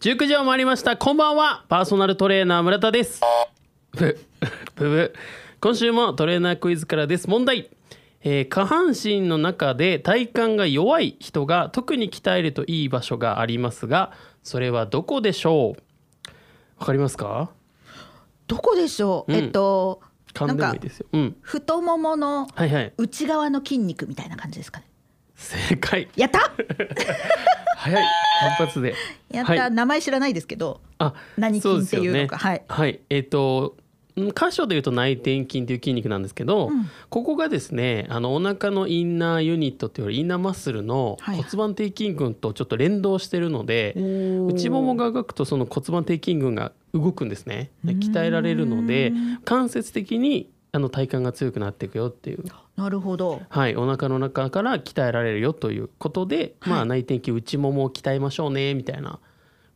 19時を回りましたこんばんはパーソナルトレーナー村田ですブブブ今週もトレーナークイズからです問題、えー下半身の中で体幹が弱い人が特に鍛えるといい場所がありますがそれはどこでしょうわかりますかどこでしょう、うんえっと勘でもいいですようん太もものはいはい内側の筋肉みたいな感じですかね正解やった 早い反発でやった、はい名前知らないですけどあ何筋っていうのかそですよねはい、えっ、とん箇所でいうと内転筋という筋肉なんですけど、うんここがですねあのお腹のインナーユニットというよりインナーマッスルのはい骨盤底筋群とちょっと連動してるので、内内ももが動くとその骨盤底筋群が動くんですねで鍛えられるので間接的にあの体幹が強くなっていくよっていう、なるほどはい、お腹の中から鍛えられるよということで、まはあ、い内転筋内ももを鍛えましょうねみたいな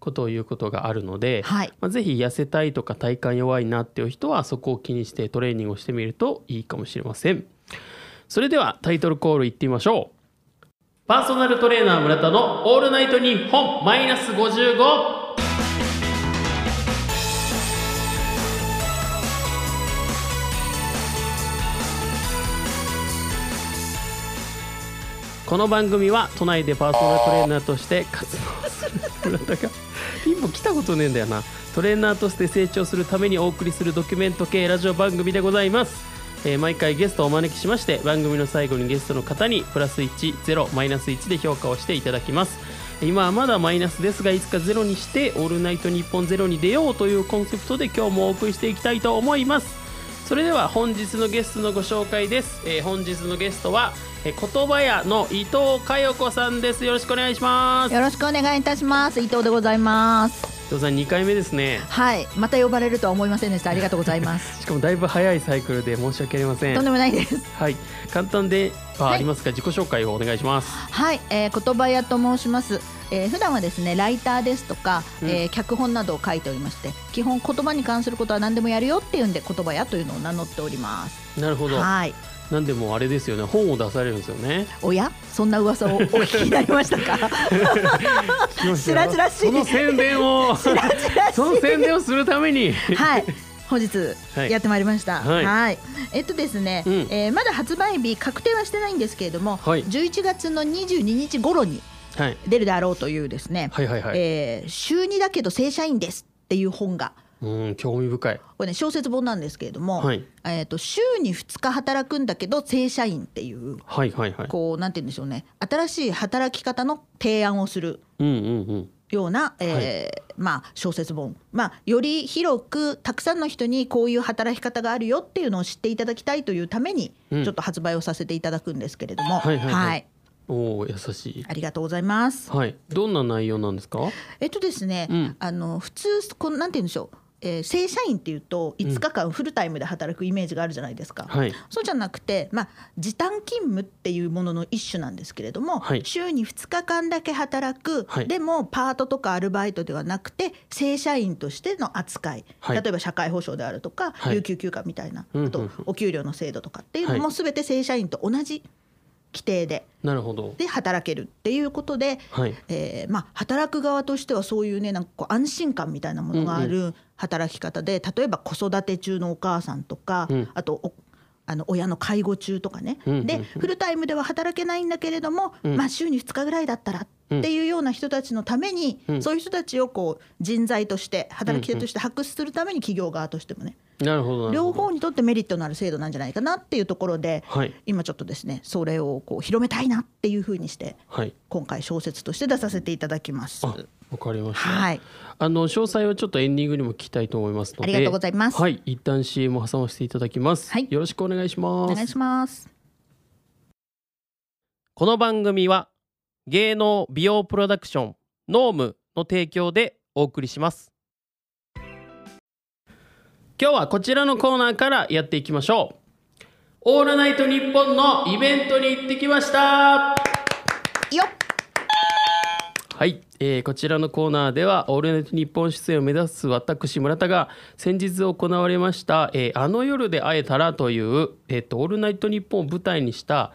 ことを言うことがあるので、はいまあ、ぜひ痩せたいとか体幹弱いなっていう人はそこを気にしてトレーニングをしてみるといいかもしれませんそれではタイトルコールいってみましょうパーソナルトレーナー村田の「オールナイトニッポン」マイナス55この番組は都内でパーソナルトレーナーとして活動する村田がピンポン来たことねえんだよなトレーナーとして成長するためにお送りするドキュメント系ラジオ番組でございます、えー毎回ゲストをお招きしまして番組の最後にゲストの方にプラス10マイナス1で評価をしていただきます今はまだマイナスですがいつかゼロにして「オールナイトニッポンゼロに出ようというコンセプトで今日もお送りしていきたいと思いますそれでは本日のゲストのご紹介です、えー本日のゲストは、えー言葉屋の伊藤佳代子さんですよろしくお願いしますよろしくお願いいたします伊藤でございます伊藤さん2回目ですねはいまた呼ばれるとは思いませんでしたありがとうございます しかもだいぶ早いサイクルで申し訳ありませとんん。でもないですはい、簡単で、あ、はいありますか、自己紹介をお願いします。はい、えー、言葉屋と申します、えー、普段はですねライターですとか、うんえー脚本などを書いておりまして基本言葉に関することは何でもやるよっていうんで言葉屋というのを名乗っておりますなるほど、はいなんでもあれですよね、本を出されるんですよね。おやそんな噂 をお聞きになりましたか しらじらしいその宣伝 を、ちらちらし いその宣伝をするために。はい。本日はいやってまいりました。ははいい。えっとですね、うんえーまだ発売日確定はしてないんですけれども、はい11月の22日頃にはい、出るであろうというですね、はいはいはいえー週2だけど正社員ですっていう本が。うん、興味深い。これね、小説本なんですけれども、はいえー、と週に2日働くんだけど正社員っていうはいはいはい。こうなんて言うんでしょうね新しい働き方の提案をするうんうんうん。ような、えーまあ、小説本、まあ、より広くたくさんの人にこういう働き方があるよっていうのを知っていただきたいというために、うんちょっと発売をさせていただくんですけれども、はいはいはいおお、優しい。ありがとうございます。はい、どんな内容なんですか。えっとですね、うんあの普通このなんて言うんでしょう、えー正社員っていうと5日間フルタイムで働くイメージがあるじゃないですか。はい、そうじゃなくて、まあ、時短勤務っていうものの一種なんですけれども、はい週に2日間だけ働く、はいでもパートとかアルバイトではなくて正社員としての扱い、はい例えば社会保障であるとか、はい有給休暇みたいな、うんうあんうとんお給料の制度とかっていうのはもい全て正社員と同じ規定でなるほど。で働けるっていうことで、はい、えーまあ、働く側としてはそういうねなんかこう安心感みたいなものがある働き方で、例えば子育て中のお母さんとか、うんあとおあの親の介護中とかね、うんうんうんでフルタイムでは働けないんだけれども、うんまあ、週に2日ぐらいだったらっていうような人たちのために、うんそういう人たちをこう人材として働き手として発掘するために企業側としてもね、なるほど。なるほど両方にとってメリットのある制度なんじゃないかなっていうところで、はい、今ちょっとですねそれをこう広めたいなっていうふうにして。はい。今回小説として出させていただきます。あ、はわかりました。い、あの詳細はちょっとエンディングにも聞きたいと思いますのでありがとうございますはい一旦 CM を挟ませていただきます、はいよろしくお願いしますお願いします。この番組は芸能美容プロダクションノームの提供でお送りします今日はこちらのコーナーからやっていきましょうオールナイトニッポンのイベントに行ってきましたよっ、はい、えーこちらのコーナーでは「オールナイトニッポン」出演を目指す私村田が先日行われました「えーあの夜で会えたら」という「えー、とオールナイトニッポン」を舞台にした、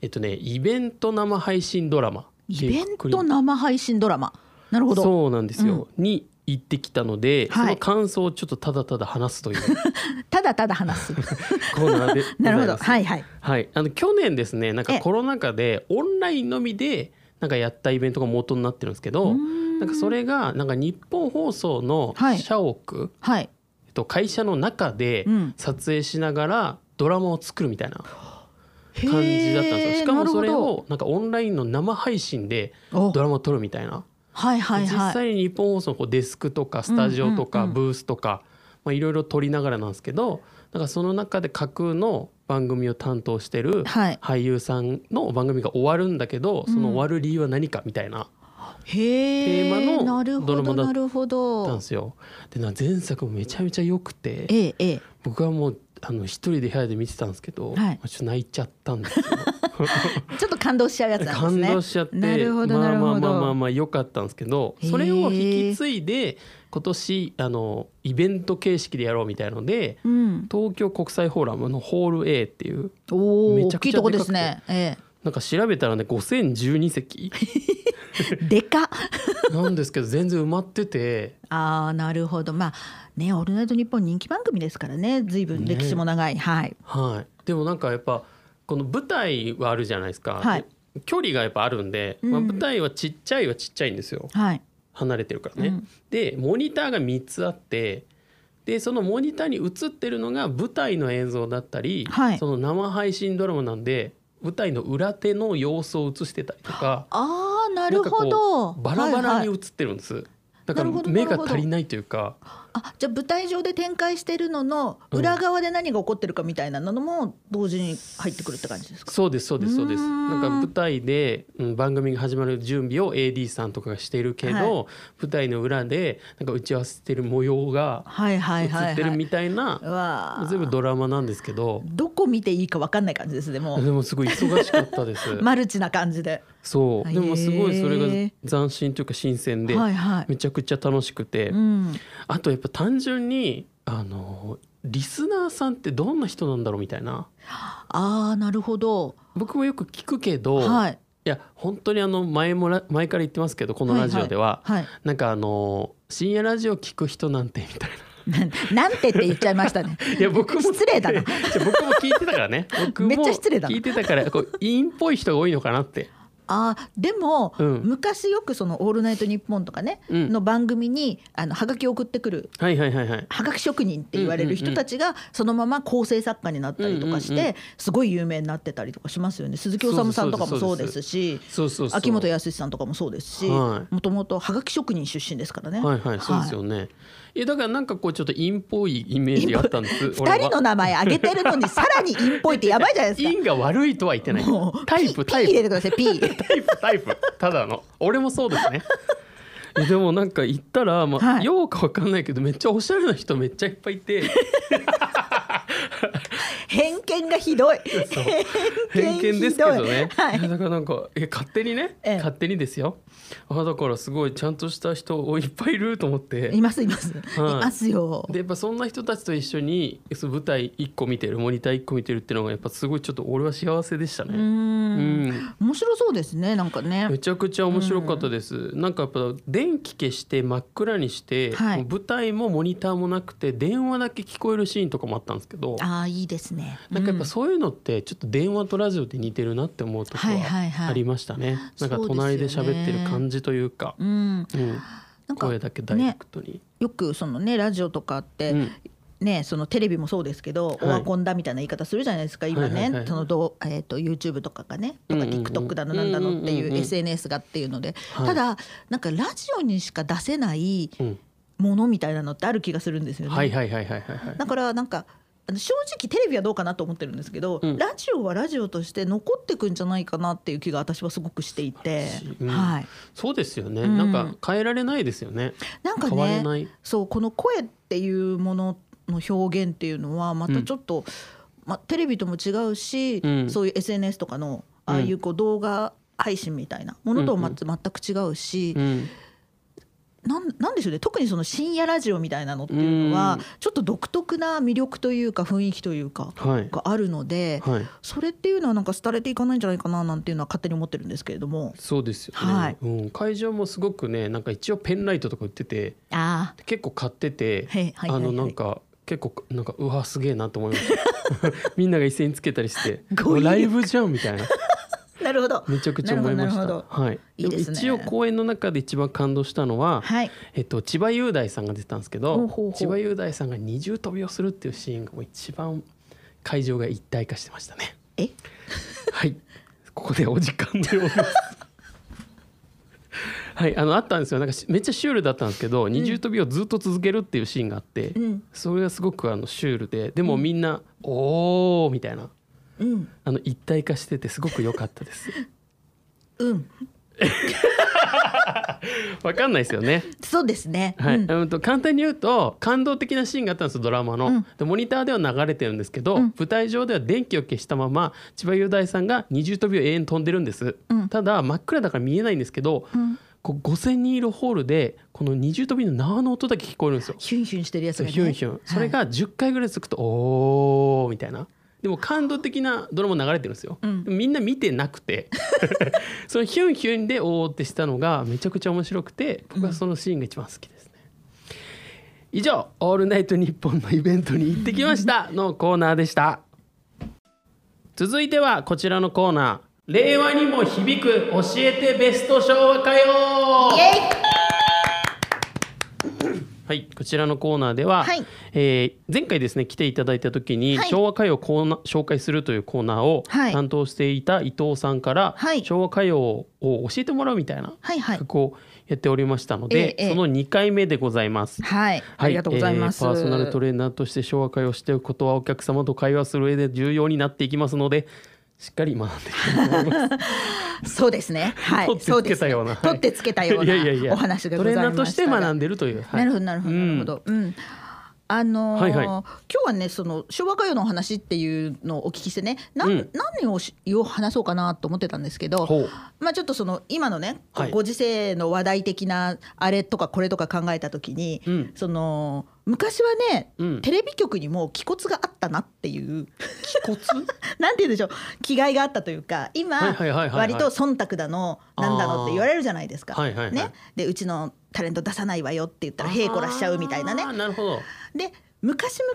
えっとね、イベント生配信ドラマイベント生配信ドラマ。なるほどそうなんですよ、に行ってきたので、はいその感想をちょっとただただ話すという ただただ話すコーナーでござ なるほいどます。はいはいはい、あの去年ですねなんえかえコロナ禍でオンラインのみでなんかやったイベントが元になってるんですけうーどんなんかそれがなんか日本放送のはい社屋、はいえっと、会社の中でうん撮影しながらドラマを作るみたいな感じだったんですよ。しかもそれをなんかオンラインの生配信でドドラマを撮るみたいな。はいはい実はい際に日本放送のこうデスクとかスタジオとうんうかんうんブースとかまあいろいろ撮りながらなんですけどなんかその中で架空の番組を担当してるはい俳優さんの番組が終わるんだけどその終わる理由は何かみたいなへえテーマのなるほドラどマだなるほなん どですよ。でなんか前作もめちゃめちゃ良くてええええ僕はもうあの一人で部屋で見てたんですけど、はいちょっと泣いちゃったんですよ。ちょっと感動しちゃうやつなんです感ね動しちゃって、なるほどまなあるまほあどまあまあまあ良かったんですけど、それを引き継いで今年あのイベント形式でやろうみたいので、うん東京国際フォーラムのホール A っていうおおめち大ゃきくいちゃでかくてとこですねえなんか調べたらね5012席えでかっなんですけど全然埋まっててあーなるほどまあね「オールナイトニッポン」人気番組ですからね随分歴史も長い、はいはい、でもなんかやっぱこの舞台はあるじゃないですか、はいで距離がやっぱあるんで、まあ、うん舞台はちっちゃいはちっちゃいんですよはい離れてるからね。うんでモニターが3つあってでそのモニターに映ってるのが舞台の映像だったり、はいその生配信ドラマなんで舞台の裏手の様子を映してたりとかあーなるほなんどかこうバラバラにはい映はいってるんです。だからなるほど目ながるほど足りないというかあじゃあ舞台上で展開してるのの裏側で何が起こってるかみたいなのも同時に入ってくるって感じですか、そうですそうですそうですうーんなんか舞台で、うん、番組が始まる準備を AD さんとかがしてるけど、は舞台の裏でなんか打ち合わせてる模様がはいは映いはい、はい、ってるみたいな、うわー全部ドラマなんですけどどこ見ていいか分かんない感じですねもうでもすごい忙しかったです マルチな感じでそうへえでもすごいそれが斬新というか新鮮ではいはい、めちゃくちゃ楽しくて、うん、あとやっぱ単純にあのリスナーさんってどんな人なんだろうみたいなあーなるほど僕もよく聞くけど、はいいや本当にあの前もら前から言ってますけどこのラジオでは、はいなんかあの深夜ラジオ聞く人なんてみたい なんてって言っちゃいましたねないや僕も失礼だな じゃ僕も聞いてたから ね僕もめっちゃ失礼だな聞いてたからこう委員っぽい人が多いのかなってあーでも、うん昔よくその「オールナイトニッポン」とかね、うんの番組にあのハガキを送ってくるはいはいはいはいはがき職人って言われる人たちがそのまま構成作家になったりとかして、うんうんうすごい有名になってたりとかしますよね鈴木おさむさんとかもそうですしそうそうそう秋元康さんとかもそうですしはもともとはがき職人出身ですからね。はいはいそうですよね、い、やだからなんかこうちょっと陰っぽいイメージがあったんです 2人の名前挙げてるのにさらに陰っぽいってやばいじゃないですか。陰が悪 いとは言ってないもうタイプピタイピ入れプてください。ピー。タイプタイプただの俺もそうですねいやでもなんか行ったら、まあはいようかわかんないけどめっちゃおしゃれな人めっちゃいっぱいい て偏見が ひどい。偏偏見ですひけどいどね、はいいやだからなんかえ勝手にね、ええ勝手にですよあだからすごいちゃんとした人をいっぱいいると思っていますいます、 はいい、ますよ。でやっぱそんな人たちと一緒にその舞台1個見てるモニター1個見てるっていうのがやっぱすごいちょっと俺は幸せでしたうー。ね。うんん面白そうですね。なんかね。めちゃくちゃ面白かったです、なんかやっぱ電気消して真っ暗にして、はいもう舞台もモニターもなくて電話だけ聞こえるシーンとかもあったんですけどああいいですね。なんかやっうぱそういうのってちょっと電話とラジオで似てるなって思うとこはいはいははいありましたね、なんか隣で喋ってる感じというかうん、うんなんか声だけダイレクトに、よくそのねラジオとかって、うんねそのテレビもそうですけど、オワコンだみたいな言い方するじゃないですか今はいね、はいはいそのどうえっ、と YouTube とかがねとかうんうんうん TikTok だのなんだのっていうんうんううん SNS がっていうので、はいただなんかラジオにしか出せないうんものみたいなのってある気がするんですよね。はいはいはいはいはいはいだからなんかあの正直テレビはどうかなと思ってるんですけど、うんラジオはラジオとして残ってくんじゃないかなっていう気が私はすごくしていて素晴らしい、うんはい、そうですよね、うんなんか変えられないですよねなんか変われねないそうこの声っていうものの表現っていうのはまたちょっと、まあ、テレビとも違うし、うんそういう SNS とかのああいうこう動画配信みたいなものともまた全く違うし、うんなんなんでしょうね特にその深夜ラジオみたいなのっていうのはうんちょっと独特な魅力というか雰囲気というかはいがあるので、はいそれっていうのはなんか廃れていかないんじゃないかななんていうのは勝手に思ってるんですけれどもそうですよね、はいうん、会場もすごくねなんか一応ペンライトとか売っててあ結構買ってて、はいはいはいはいあのなんか結構なんかうわすげえなと思いました みんなが一斉につけたりして語彙力ライブじゃんみたいなあなるほどめちゃくちゃ思いましなたるほどなるほはいいいですねも一応公演の中で一番感動したのは、はいえっと、千葉雄大さんが出てたんですけどほうほうほう千葉雄大さんが二重跳びをするっていうシーンがもう一番会場が一体化してましたねえはいここでお時間でございます はいあのあったんですよなんかしめっちゃシュールだったんですけど、二重跳びをずっと続けるっていうシーンがあって、うんそれがすごくあのシュールででもみんな「おー」みたいなうんあの一体化しててすごく良かった ですうんわかんないですよねそうですね、はいうんうんと簡単に言うと感動的なシーンがあったんですよドラマの、うんでモニターでは流れてるんですけど、ん舞台上では電気を消したまま千葉雄大さんが二重跳びを永遠飛んでるんです、うんただ真っ暗だから見えないんですけど、うんこう5,000人いるホールでこの二重跳びの縄の音だけ聞こえるんですよ。ヒュンヒュンしてるやつそうが、ね、ヒュンヒュンそれはいが10回ぐらい続くと「おー」みたいなでも感動的なドラマ流れてるんですよ、うんでもみんな見てなく てそのヒュンヒュンで「おー」ってしたのがめちゃくちゃ面白くて僕はそのシーンが一番好きですね、以上「オールナイトニッポン」のイベントに行ってきましたのコーナーでした続いてはこちらのコーナー「令和にも響く教えてベスト昭和歌謡」イエイはい、こちらのコーナーでは、はいえー前回ですね来ていただいた時に、はい昭和歌謡をコーナー紹介するというコーナーをはい担当していた伊藤さんから、はい昭和歌謡を教えてもらうみたいなはいはい企画をやっておりましたので、ええええその2回目でございます。はい、ありがとうございます、えーパーソナルトレレーナーとして昭和歌謡をしておくことはお客様と会話する上で重要になっていきますのでしっかり学んでいきたいと思います。そうですねはい取ってつけたような、そですね取ってつけた ようなお話でございトレーましたがナーとして学んでるという、はいなるほどなるほどなるほど。うん。あのーはいはい今日はねその昭和歌謡のお話っていうのをお聞きしてね、なんうん何をしを話そうかなと思ってたんですけどほう、まあちょっとその今のね、はいご時世の話題的なあれとかこれとか考えた時に、うんその昔はね、うんテレビ局にも気骨があったなっていう。うん、気骨 なんて言うんでしょう気概があったというか今、はいはいはいはいはい割と忖度だのなんだのって言われるじゃないですか。あーはいはいはいね、でうちのタレント出さないわよって言ったらへいこらしちゃうみたいなねあー。なるほど。で昔々、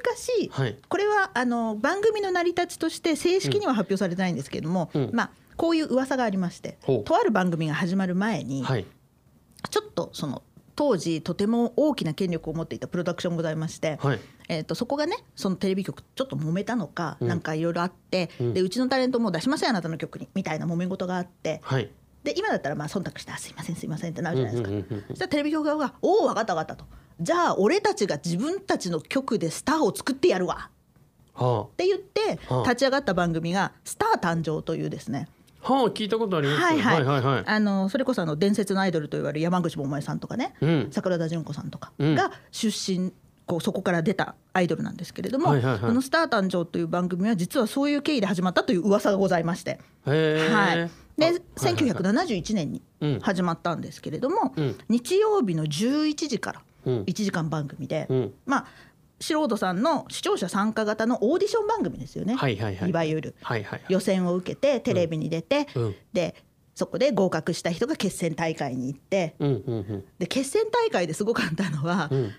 はいこれはあの番組の成り立ちとして正式には発表されてないんですけれども、うんまあこういう噂がありましてほうとある番組が始まる前に、はい。ちょっとその当時とても大きな権力を持っていたプロダクションございまして、はい。えー、とそこがねそのテレビ局ちょっと揉めたのか、うんなんかいろいろあって、うんでうちのタレントもう出しませんあなたの曲にみたいな揉め事があってはい。で今だったらまあ忖度してあすいませんすいませんってなるじゃないですか、うんうんうんうんそしたらテレビ局側が「おお分かった分かった」と「じゃあ俺たちが自分たちの曲でスターを作ってやるわ」はって言ってはあ立ち上がった番組が「スター誕生」というですねあ。はあ、聞いたことあります。はいはいはいはい。あのそれこそあの伝説のアイドルと言われる山口百恵さんとかね、うん桜田淳子さんとかうんが出身、こうそこから出たアイドルなんですけれども、はいはいはいこの「スター誕生」という番組は実はそういう経緯で始まったという噂がございまして、へえ。はい、あで1971年にうん始まったんですけれども、うん日曜日の11時からうん1時間番組で、うんまあ素人さんの視聴者参加型のオーディション番組ですよね、はいはいはいわゆる。はいはいはい。予選を受けてテレビに出て、うんでそこで合格した人が決戦大会に行ってうんうんで決戦大会ですごかったのは、うんうん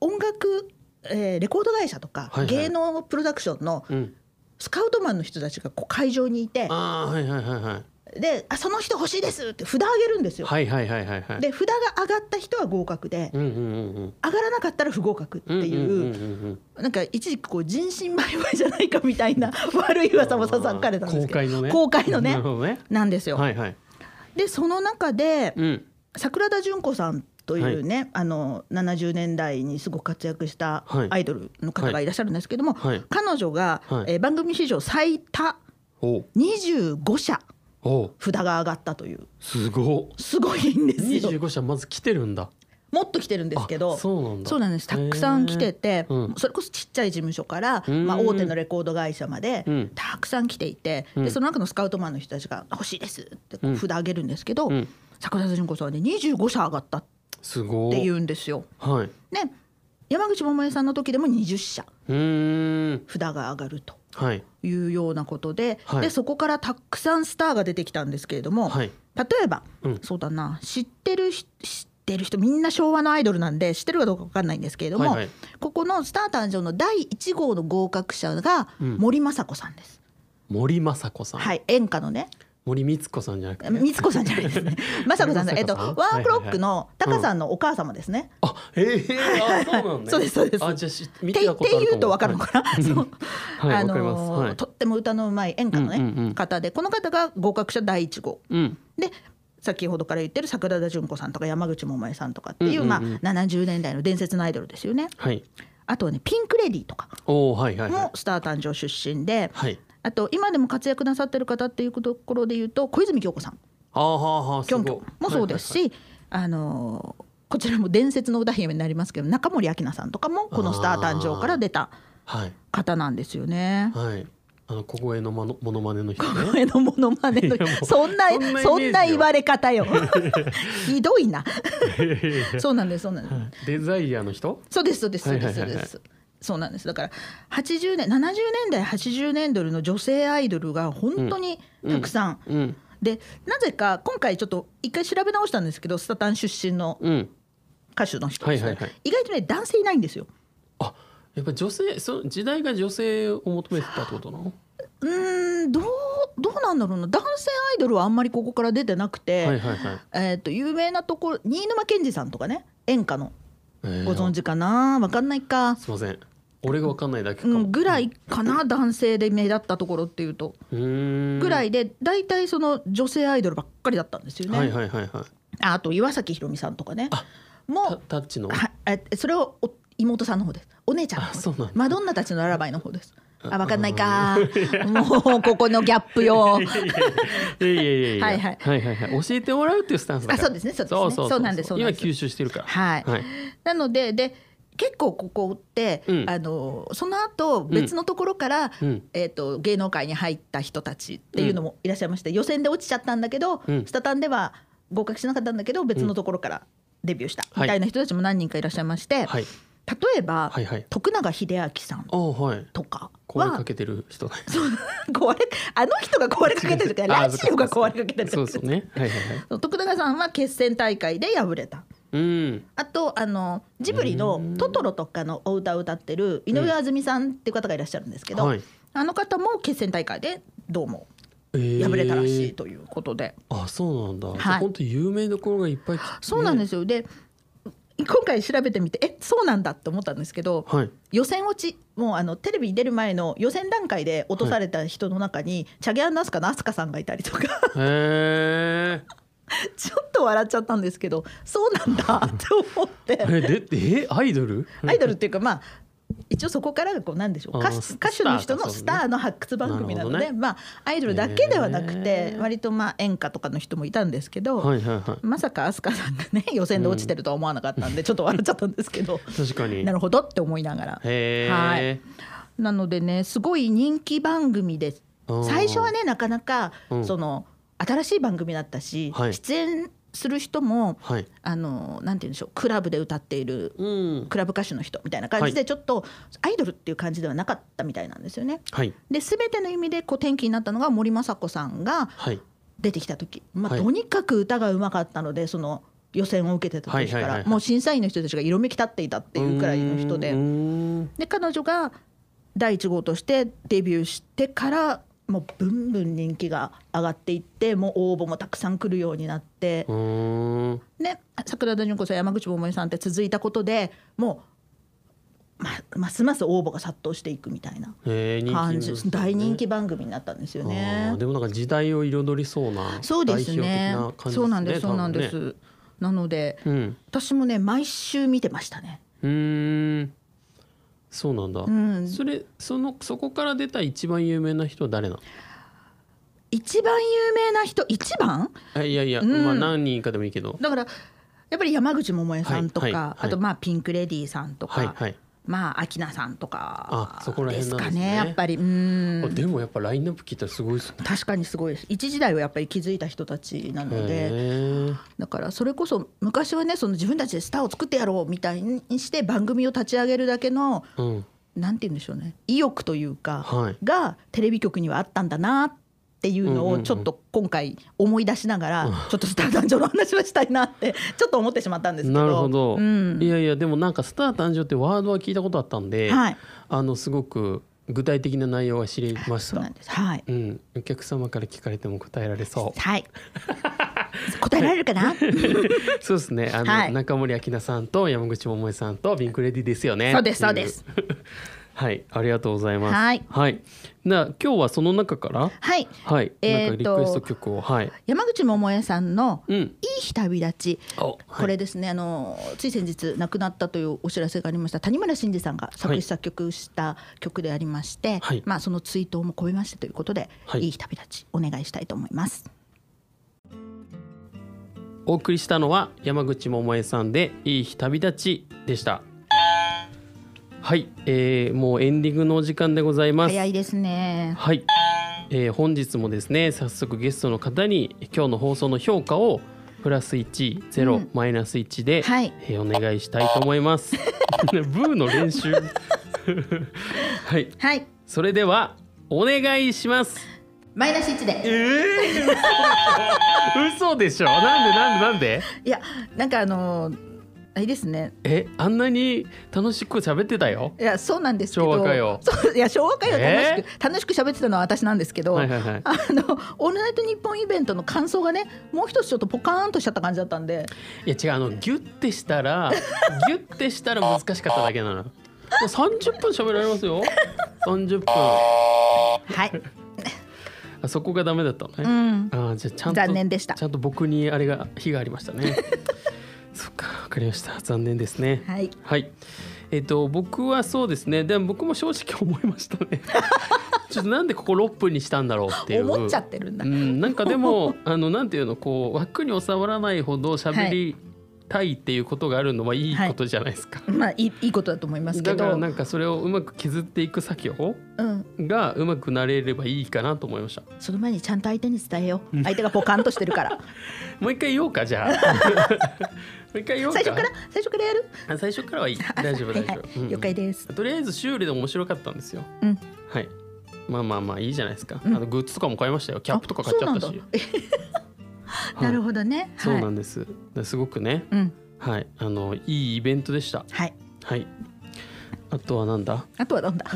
音楽、えーレコード会社とか、はいはい芸能プロダクションのうん。スカウトマンの人たちがこう会場にいてああはいはいはいはい。であ「その人欲しいです」って札あげるんですよ。はいはいはいはいはい。で札が上がった人は合格で、うんうんうんうん。上がらなかったら不合格っていう。うんうんうんうんうんなんか一時期こう人身売買じゃないかみたいな 悪い噂もささかれたんですけ公ど開のね。公開のねなるほどね。なんですよ。はいはい。でその中で、うん。桜田淳子さんというね、あの70年代にすごく活躍したはいアイドルの方がいらっしゃるんですけども、はい彼女が、はいえー番組史上最多おう25社おう札が上がったというすごっ。すごいんです二よ十五社まず来てるんだ。もっと来てるんですけどあそうなんだですたくさん来てて、へーうんそれこそちっちゃい事務所から、うんまあ、大手のレコード会社まで、うんたくさん来ていて、うんでその中のスカウトマンの人たちが「欲しいです」ってこううん札あげるんですけど、うん桜田淳子さんはね25社上がったってすごっていい。うんですよ。はい。ね山口百恵さんの時でも20社うーん。札が上がるとはい。いうようなことで,、はいでそこからたくさんスターが出てきたんですけれども、はい。例えば、うんそうだな知ってる人知ってる人みんな昭和のアイドルなんで知ってるかどうか分かんないんですけれども、はいはいここの「スター誕生」の第1号の合格者がうん森昌子さんです。森雅子さん。はい、演歌のね森光子さんじゃなくて。美津子さんじゃないで すね雅子さんですえっと雅子さんワンクロックのタカさんのお母様ですね。あ、ええあ、そうなんね。そうですそうですあ、じゃあし、っ見ててたっことあてる言かうも。と分かるのかな、そう はい。はい、わかあります。のーはいと。っても歌のうまい演歌のね、うんうんうん方でこの方が合格者第1号うん。で先ほどから言ってる桜田淳子さんとか山口百恵さんとかっていうんう,、うんまあ、うん70年代の伝説のアイドルですよねはい。あとはねピンク・レディーとかおお、はいはいはもい。スター誕生出身で、はい。あと今でも活躍なさってる方っていうところで言うと小泉今日子さんああ、はあ、はあ。きすごょんいきょんもそうですし、はいあのーこちらも伝説の歌姫になりますけど中森明菜さんとかもこの「スター誕生」から出たはい。方なんですよね。はい。はいあの、小声のまの、ものまね の人ね。声のモノマネのいやもうそんなそんなイメージよそんな言われ方 よひどいなそうなんですそうなんです、デザイアの人。そうですそうですそうですそはういはいはいではいすそうなんですだから80年70年代80年代の女性アイドルが本当にたくさん、うん。でなぜか今回ちょっと一回調べ直したんですけどスタタン出身のうん。歌手の人ですね、はいはいはい意外とね男性いないんですよあ、やっぱ女性、その時代が女性を求めてたってことなの。うーんどうどうなんだろうな男性アイドルはあんまりここから出てなくて、はいはいはい。えー、と有名なところ新沼謙治さんとかね演歌のえーご存知かな分かんないか、すいません。俺がわかんないだけかうも。ん、ぐらいかな男性で目立ったところっていうとうーん。ぐらいで大体その女性アイドルばっかりだったんですよね。はいはいはいはい。ああと岩崎宏美さんとかねあタもタッチの。 うはえそれをお妹さんの方ですお姉ちゃんのあそう方なんでだすマドンナたちのララバイの方です。あ分かんないかもうここのギャッ プよ。いやいやいやいや。はいはいはいはいはい教えてもらうっていうスタンスだから。あそうですねそうですねそうそうそうなんですそうなんです今吸収してるから。はいはい。なのでで結構ここって、うんあのその後別のところから、うんえー、と芸能界に入った人たちっていうのもいらっしゃいまして、予選で落ちちゃったんだけど、うんスタタンでは合格しなかったんだけど別のところからデビューしたはいみたいな人たちも何人かいらっしゃいまして、はい例えば、はいはい。徳永英明さんああはい。とか声はかけてる人ね。壊れあの人が壊れかけてるからあラーそっジオがそっ壊れかけてる そうそうね。はいはいはい。徳永さんは決戦大会で敗れた。うん。あとあのジブリの「トトロ」とかのお歌を歌ってる井上あずみさんっていう方がいらっしゃるんですけど、はいあの方も決戦大会でどうもえー敗れたらしい。ということで、あそうなんだ。いじゃあ本当有名どころがいっぱい来て。そうなんですよで今回調べてみてえそうなんだって思ったんですけど、はい。予選落ちもうあのテレビに出る前の予選段階で落とされた人の中に、チャゲアンナスカのアスカさんがいたりとか へえ。ちょっと笑っちゃったんですけどそうなんだって思って。えでえアイドル？アイドルっていうかまあ一応そこからがこうなんでしょうあー歌手ス歌手のスター人のかスターの発掘番組なのなるでほどまあアイドルだけではなくへてー割とまあ演歌とかの人もいたんですけど、はいはいはい。まさか飛鳥さんがね 予選で落ちてるとは思わなかったんでちょっと笑っちゃったんですけ ど確かにな。るほどって思いながら。へえ。はいなのでねすごい人気番組ですうん最初はねなかなかうんその新しい番組だったし、はい出演する人もはい。あのなんて言うんでしょうクラブで歌っているうん。クラブ歌手の人みたいな感じでちょっとアイドルっていう感じではなかったみたいなんですよね。はいで全ての意味でこう転機になったのが森昌子さんがはい。出てきた時、まあ、はいとにかく歌がうまかったのでその予選を受けてた時はいかはいはいらはいもう審査員の人たちが色めき立っていたっていうくらいの人うーでんで彼女が第1号としてデビューしてからもうブンブン人気が上がっていってもう応募もたくさん来るようになって。うーんね、桜田淳子さん山口百恵さんって続いたことでもうまますます応募が殺到していくみたいなえー人気感じ、の人ね大人気番組になったんですよあねー。でもなんか時代を彩りそうなそうですね代表的な感じですね。そうなんですそうなんで多分ねす。なのでうん私もね毎週見てましたね。うーんそうなんだ。うんそれそのそこから出た一番有名な人は誰なの？一番有名な人一番えいやいや、んまあ何人かでもいいけど。だからやっぱり山口百恵さんとか、はいはいはいあとまあピンクレディーさんとか、はいはい。まあ明菜さんとかあそこら辺なんですねかねやっぱりうんあでもやっぱラインナップ聞いたらすごいっすね確かにすごいです一時代はやっぱり気づいた人たちなので。へえだからそれこそ昔はねその自分たちでスターを作ってやろうみたいにして番組を立ち上げるだけのうんなんて言うんでしょうね意欲というか、はいがテレビ局にはあったんだなっていうのうんうんうをんちょっと今回思い出しながら、ちょっとスター誕生の話はしたいなって ちょっと思ってしまったんですけどなるほど、うんいやいやでもなんか「スター誕生」ってワードは聞いたことあったんで、はいあのすごく具体的な内容が知りましそうなたんですはい、うんお客様から聞かれても答えられ そうはい答えられるかなそうですねあの、はい中森明菜さんと山口百恵さんとビンクレディですよねそうですそうですっていうはいありがとうございますはいな今日はその中からはいはい、なんえーかリとクエスト曲をはい山口百恵さんの「うんいい日旅立ち」おはいこれですね、あのつい先日亡くなったというお知らせがありました谷村新司さんが作はい詞作曲した曲でありまして、はいまあその追悼も込めましてということで、はいい、い日旅立ちお願いしたいと思います。お送りしたのは山口百恵さんで「いい日旅立ち」でしたはい、えーもうエンディングのお時間でございます早いですね。はい、えー本日もですね早速ゲストの方に今日の放送の評価をプラス1ゼロ、うんマイナス1で、はいえーお願いしたいと思います ブーの練習 はいはい、それではお願いしますマイナス一で。 嘘でしょなんでなんでなんでいや、なんかあのあれですね。えあんなに楽しく喋ってたよいやそうなんですけど昭和歌謡そういや昭和歌謡楽しく、え楽しく喋ってたのは私なんですけど、はいはいはいあの「オールナイトニッポン」イベントの感想がねもう一つちょっとポカーンとしちゃった感じだったんでいや違うあのギュッてした らギュッてしたら難しかっただけなのもう30分喋られますよ30分あはい、そこがダメだったのうね、ん、あーじゃあちゃんと残念でしたちゃんと僕にあれが火がありました ねそっかわかりました残念ですねはいはいえっ、と僕はそうですねでも僕も正直思いました ねちょっとなんでここ6分にしたんだろうっていう思っちゃってるんだう。ん、なんかでも あのなんていうのこう枠に収まらないほど喋りたいっていうことがあるのはいいことじゃないですか。まあいいいいことだと思いますけだからど、なんかそれをうまく削っていく作業うん、がうまくなれればいいかなと思いました。その前にちゃんと相手に伝えよう。相手がポカンとして るから。もう一回言おうか じゃあ。もう一回言おうか。最初から最初からやる。あ最初からはいい。 大丈夫は大いは丈い夫。うんうん了解です。とりあえず修理で面白かったんですよ。うん。はい。まあまあまあいいじゃないですか。んあのグッズとかも買いましたよ。キャップとか買っちゃったし。あそうなんだ なるど。ほどね。そうはいなんです。だからすごくね。うん。はい、あのいいイベントでした。はい。はい。あとはなんだ。あとはなんだ。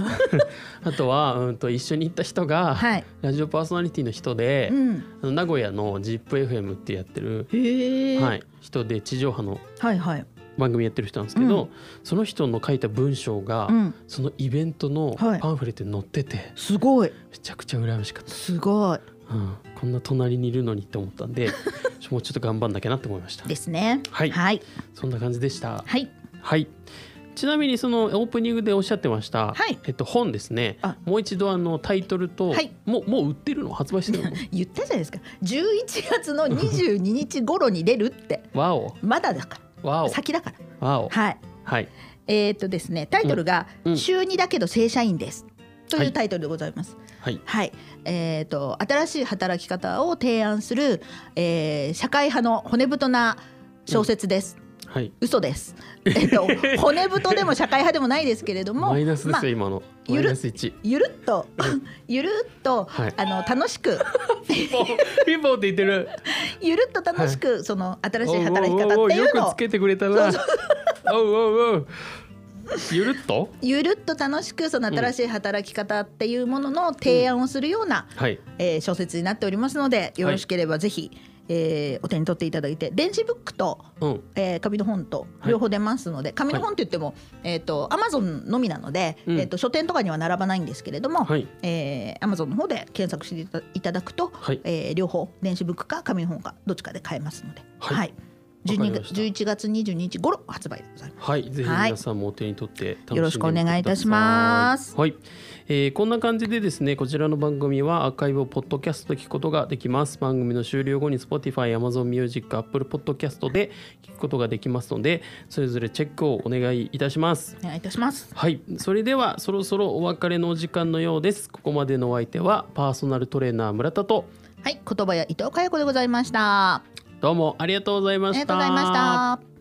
あとはうんと一緒に行った人が、はい。ラジオパーソナリティの人で、うん。あの名古屋の ZIPFM ってやってる、へえ。ははいい、人で地上波のはいはい。番組やってる人なんですけど、その人の書いた文章が、うん。そのイベントのはいパンフレットに載ってて、すごい。めちゃくちゃ羨ましかった、すごいうん、こんな隣にいるのにって思ったん でもうちょっと頑張んなきゃなって思いましたですね。はいはいそんな感じでしたはい。はい。ちなみにそのオープニングでおっしゃってました、はいえっと本ですねあ。もう一度あのタイトルと、はいもうもう売ってるの発売してるの。言ったじゃないですか。11月の22日頃に出るって。わおまだだかわら。お先だから。わおはい。はい。えーっとですね、タイトルがうんうん週2だけど正社員です。とはいいうタイトルでございます。はい。はい、えー、と新しい働き方を提案する、えー社会派の骨太な小説です。はい。嘘です。えっ、と骨太でも社会派でもないですけれども、 マイナスですよ、まあ今の。ゆマイるナス一。ゆるっと ゆるっと、はいあの楽し くおピンポンって言ってる。ゆるっと楽しく、その新しい働きおうおう方おっうていようのくをつけてくれたな。おうおうおう。ゆるっと。ゆるっと楽しくその新しい働き方っていうものの提案をするような、はい。えー小説になっておりますのでよろしければぜひ、えーお手に取っていただいて電子ブックとうん。えー紙の本とはい両方出ますので、紙の本って言っても、えっ、とアマゾンのみなので、うんえっ、と書店とかには並ばないんですけれども、はいえアマゾンの方で検索していたいただくと、はいえー両方電子ブックか紙の本かどっちかで買えますので、はい12わかりました11月22日頃発売でございます。はい、ぜひ皆さんもお手に取って楽しんでみてくださよろしくお願いいたしますはい、えーこんな感じでですねこちらの番組はアーカイブをポッドキャストで聞くことができます番組の終了後に Spotify、Amazon Music、Apple Podcast で聞くことができますのでそれぞれチェックをお願いいたしますお願いいたしますはい、それではそろそろお別れのお時間のようです。ここまでのお相手はパーソナルトレーナー村田とはい言葉や伊藤佳代子でございましたあどうもありがとうございまりしがとた。うございました